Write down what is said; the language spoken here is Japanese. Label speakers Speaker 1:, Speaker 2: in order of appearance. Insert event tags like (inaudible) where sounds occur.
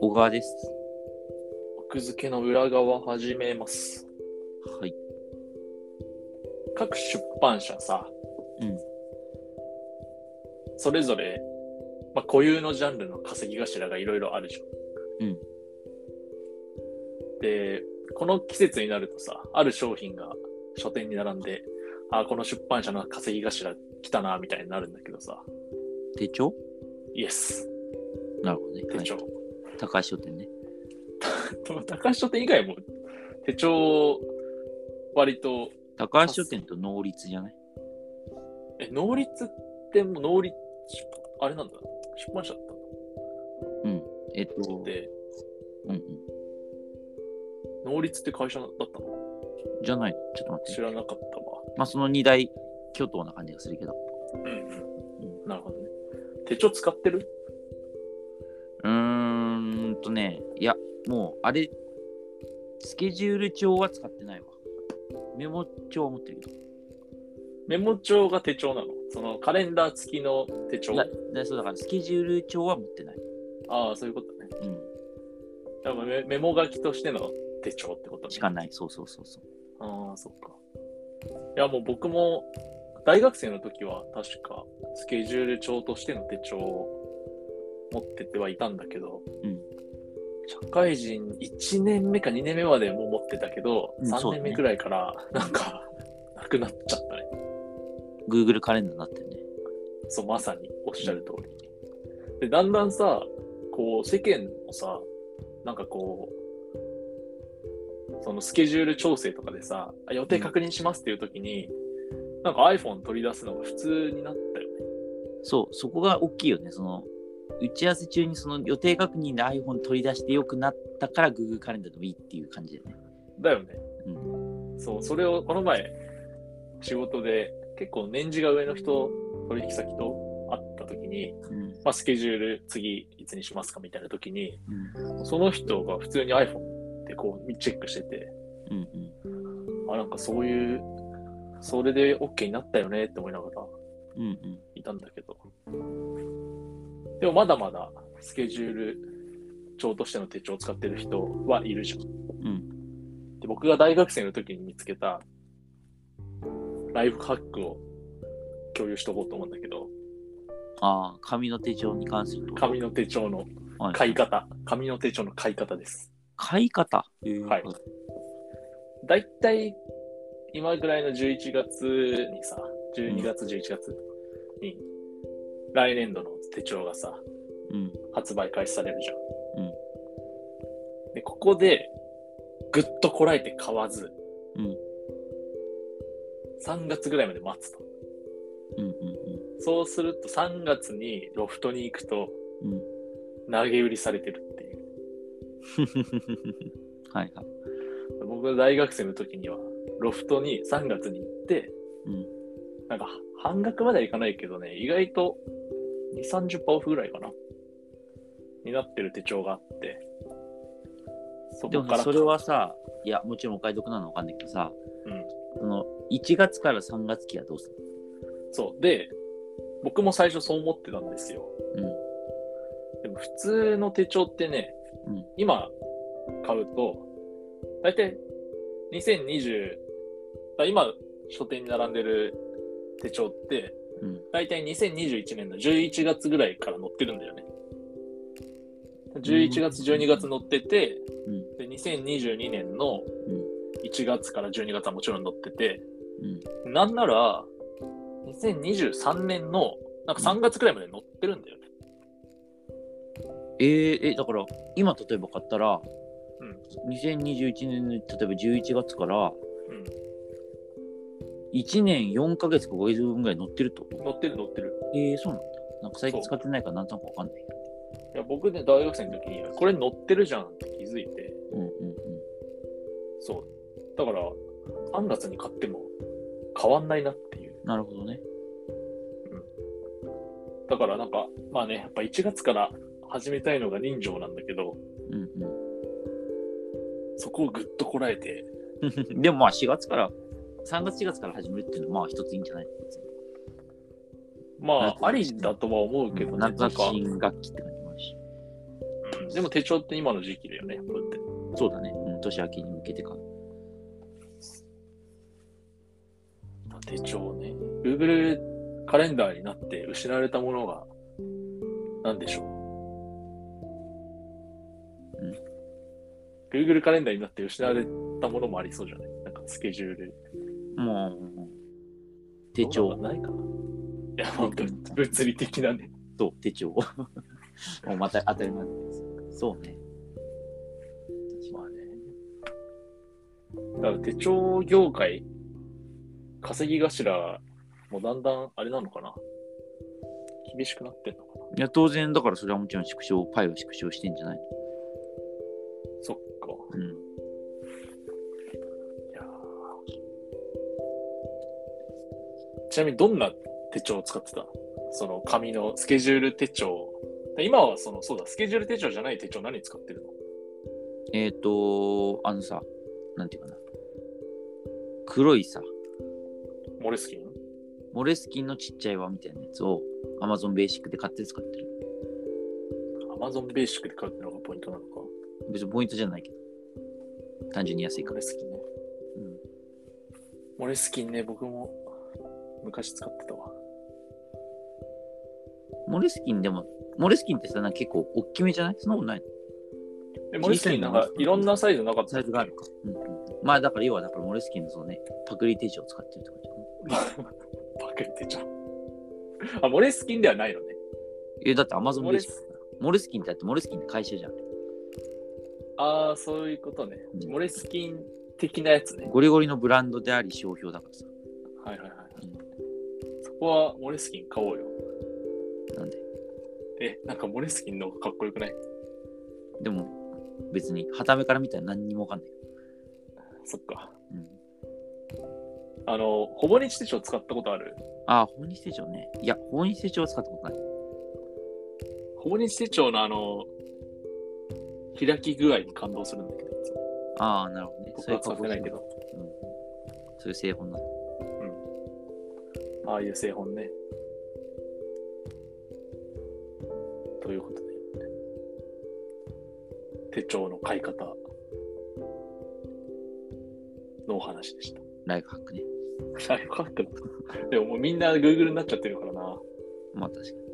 Speaker 1: 小川です。
Speaker 2: 奥付けの裏側始めます。
Speaker 1: はい。
Speaker 2: 各出版社さ、
Speaker 1: うん
Speaker 2: それぞれ、まあ、固有のジャンルの稼ぎ頭がいろいろあるじゃん。
Speaker 1: うん
Speaker 2: で、この季節になるとさ、ある商品が書店に並んで、あこの出版社の稼ぎ頭来たな、みたいになるんだけどさ、
Speaker 1: 手帳
Speaker 2: イエス、
Speaker 1: なるほどね。
Speaker 2: 手帳。 (laughs)
Speaker 1: はい、高橋書店ね。
Speaker 2: 高橋書店以外も手帳、割と
Speaker 1: 高橋書店と能率じゃない
Speaker 2: え、能率ってもう能率、あれなんだ、出版社だったん
Speaker 1: えっと、
Speaker 2: だって、
Speaker 1: うんうん。
Speaker 2: 能率って会社だったの
Speaker 1: じゃない、ちょっと待っ
Speaker 2: 知
Speaker 1: て。
Speaker 2: らなかったわ。
Speaker 1: まあ、その二大巨頭な感じがするけど。
Speaker 2: うんうん。なるほどね。手帳使ってる
Speaker 1: うーんとね、いや、もう、あれ、スケジュール帳は使ってないわ。メモ帳は持ってるけど。
Speaker 2: メモ帳が手帳なのそのカレンダー付きの手帳
Speaker 1: だだそうだから、スケジュール帳は持ってない。
Speaker 2: ああ、そういうことね。
Speaker 1: うん。
Speaker 2: やっぱメメモ書きとしての手帳ってことね。
Speaker 1: しかない。そうそうそうそう。
Speaker 2: ああ、そっか。いや、もう僕も大学生の時は確かスケジュール帳としての手帳を持っててはいたんだけど、
Speaker 1: うん
Speaker 2: 社会人1年目か2年目までもう持ってたけど、
Speaker 1: うんそう
Speaker 2: 3
Speaker 1: だ
Speaker 2: 年
Speaker 1: ね
Speaker 2: 目くらいからなんかなくなっちゃったね。
Speaker 1: Google カレンダーになってるね。
Speaker 2: そう、まさにおっしゃる通り。で、だんだんさ、こう、世間もさ、なんかこう、そのスケジュール調整とかでさ、あ予定確認しますっていう時に、なんか iPhone 取り出すのが普通になったよね。
Speaker 1: そう、そこが大きいよね。その打ち合わせ中にその予定確認で iPhone 取り出してよくなったから Google カレンダーでもいいっていう感じだよね。
Speaker 2: だよね。
Speaker 1: うん、
Speaker 2: そう、それをこの前、仕事で結構年次が上の人、取引先と会った時に、
Speaker 1: うん
Speaker 2: まあ、スケジュール次いつにしますかみたいな時に、
Speaker 1: うん
Speaker 2: その人が普通に iPhone でこうチェックしてて、
Speaker 1: うん
Speaker 2: あ、なんかそういう、それで OK になったよねって思いながら
Speaker 1: うんうんうん
Speaker 2: いたんだけど。でもまだまだスケジュール帳としての手帳を使ってる人はいるじゃん。
Speaker 1: うん
Speaker 2: で僕が大学生の時に見つけたライフハックを共有しとこうと思うんだけど、
Speaker 1: ああ、紙の手帳に関すると
Speaker 2: 紙の手帳の
Speaker 1: はい
Speaker 2: 買い方、紙の手帳の買い方です。
Speaker 1: 買い方、
Speaker 2: はいだいたい今ぐらいの11月にさ、12月、11月に、来年度の手帳がさ、
Speaker 1: うん。
Speaker 2: 発売開始されるじゃん。
Speaker 1: うん
Speaker 2: で、ここで、ぐっとこらえて買わず、
Speaker 1: うん
Speaker 2: 3月ぐらいまで待つと。
Speaker 1: うんうん
Speaker 2: そうすると3月にロフトに行くと、
Speaker 1: うん (laughs) うん。
Speaker 2: 投げ売りされてるっていう。
Speaker 1: はいはい。
Speaker 2: 僕が大学生の時には、ロフトに3月に行って、
Speaker 1: うん
Speaker 2: なんか半額まではいかないけどね、意外と2、30%オフぐらいかな。になってる手帳があって、そ
Speaker 1: で
Speaker 2: こ
Speaker 1: も
Speaker 2: か
Speaker 1: さそ
Speaker 2: ら
Speaker 1: れはさ、いや、もちろんお買い得なのわかんないけどさ、
Speaker 2: うん
Speaker 1: その1月から3月期はどうする
Speaker 2: そう。で、僕も最初そう思ってたんですよ。
Speaker 1: の
Speaker 2: でも普通の手帳ってね、
Speaker 1: うん
Speaker 2: 今買うと、大体2020、だ今書店に並んでる手帳って、
Speaker 1: うんうん。
Speaker 2: 大体2021年の11月ぐらいから載ってるんだよね。11月、12月載ってて、
Speaker 1: うん
Speaker 2: で2022年の1月から12月はもちろん載ってて、
Speaker 1: うん
Speaker 2: なんなら、2023年の、なんか3月くらいまで載ってるんだよね。
Speaker 1: えー、え、だから、今例えば買ったら、
Speaker 2: ん
Speaker 1: 2021年の例えば11月から、
Speaker 2: うん
Speaker 1: 1年4ヶ月か5ヶ月分ぐらい乗ってるってこと
Speaker 2: 載ってる載ってる。
Speaker 1: えー、そうなんだ。なんか最近使ってないからなんとなくわかんない。
Speaker 2: いや、僕ね、大学生の時に、これ載ってるじゃんって気づいて、
Speaker 1: うんうん
Speaker 2: そう。だから、3月に買っても変わんないなっていう。
Speaker 1: うん。なるほどね。
Speaker 2: だからなんか、まあね、やっぱ1月から始めたいのが人情なんだけど、
Speaker 1: うん
Speaker 2: そこをぐっとこらえて、
Speaker 1: (laughs) うん。でもまあ4月から、3月4月から始めるっていうのはまあ一ついいんじゃない
Speaker 2: まあ、ありだとは思うけどね。
Speaker 1: なんとなく
Speaker 2: か
Speaker 1: 新学期って感じもあるし。
Speaker 2: うんでも手帳って今の時期だよね、こうやって。
Speaker 1: そうだね。うん、年明けに向けてか。
Speaker 2: 手帳ね。Google カレンダーになって失われたものが何でしょ
Speaker 1: ん
Speaker 2: う ?Google カレンダーになって失われたものもありそうじゃないなんかスケジュール。
Speaker 1: もう、手帳
Speaker 2: そん。なのないかな。いや、まあぶ (laughs) 物理的なね。
Speaker 1: そう、手帳。 (laughs) もうまた当たり前です。そうね。
Speaker 2: まあね。だから手帳業界、稼ぎ頭もだんだんあれなのかな厳しくなってんのかない
Speaker 1: や、当然、だからそれはもちろん縮小、パイは縮小してんじゃない
Speaker 2: そっか。
Speaker 1: うん。
Speaker 2: いやーちなみにどんな手帳を使ってたその紙のスケジュール手帳。今はその、そうだ、スケジュール手帳じゃない手帳何使ってるの
Speaker 1: えっ、ー、と、あのさ、なんていうかな。黒いさ、
Speaker 2: モレスキン
Speaker 1: モレスキンのちっちゃい輪みたいなやつを Amazon ベーシックで買って使ってる。
Speaker 2: アマゾンベーシックで買うってのがポイントなのか
Speaker 1: 別にポイントじゃないけど。単純に安いか
Speaker 2: モ
Speaker 1: ら。
Speaker 2: レスキンね。
Speaker 1: うん。
Speaker 2: モレスキンね、僕も昔使ってたわ。
Speaker 1: モレスキンでも、モレスキンってさ、なんか結構大きめじゃないそんなことない
Speaker 2: え、モレスキンなんかいろんなサイズなかった
Speaker 1: サイズがあるか。うんうん。まあだから要はだからモレスキンのそのね、パクリ手帳を使ってるってことか。
Speaker 2: バケ手帳。あ、モレスキンではないのね。
Speaker 1: え、だって Amazon
Speaker 2: モ
Speaker 1: ベー
Speaker 2: レ
Speaker 1: シック。
Speaker 2: ス
Speaker 1: モレスキンってだってモレスキンって会社じゃん。
Speaker 2: ああ、そういうことね
Speaker 1: う。ん
Speaker 2: モレスキン的なやつね。
Speaker 1: ゴリゴリのブランドであり商標だからさ。
Speaker 2: はいはいはい。そこはモレスキン買おうよ。
Speaker 1: なんで。
Speaker 2: え、なんかモレスキンの方がかっこよくない
Speaker 1: でも、別に、はためから見たら何にもわかんない。
Speaker 2: そっか。
Speaker 1: うん。
Speaker 2: あの、ほぼ日手帳使ったことある
Speaker 1: ああ、訪日手帳ね。いや、訪日手帳は使ったことない。
Speaker 2: ほぼ日手帳のあの、開き具合に感動するんだけど、いつも
Speaker 1: ああ、なるほどね。
Speaker 2: 僕は使ってないけ
Speaker 1: ど。
Speaker 2: ど、
Speaker 1: うん、そういう製本なの。
Speaker 2: ああいう製本ね。ということで、手帳の買い方のお話でした。
Speaker 1: ライフハックね。
Speaker 2: (laughs) あ、よかった。でももうみんな Google になっちゃってるからな。
Speaker 1: まあ確かに。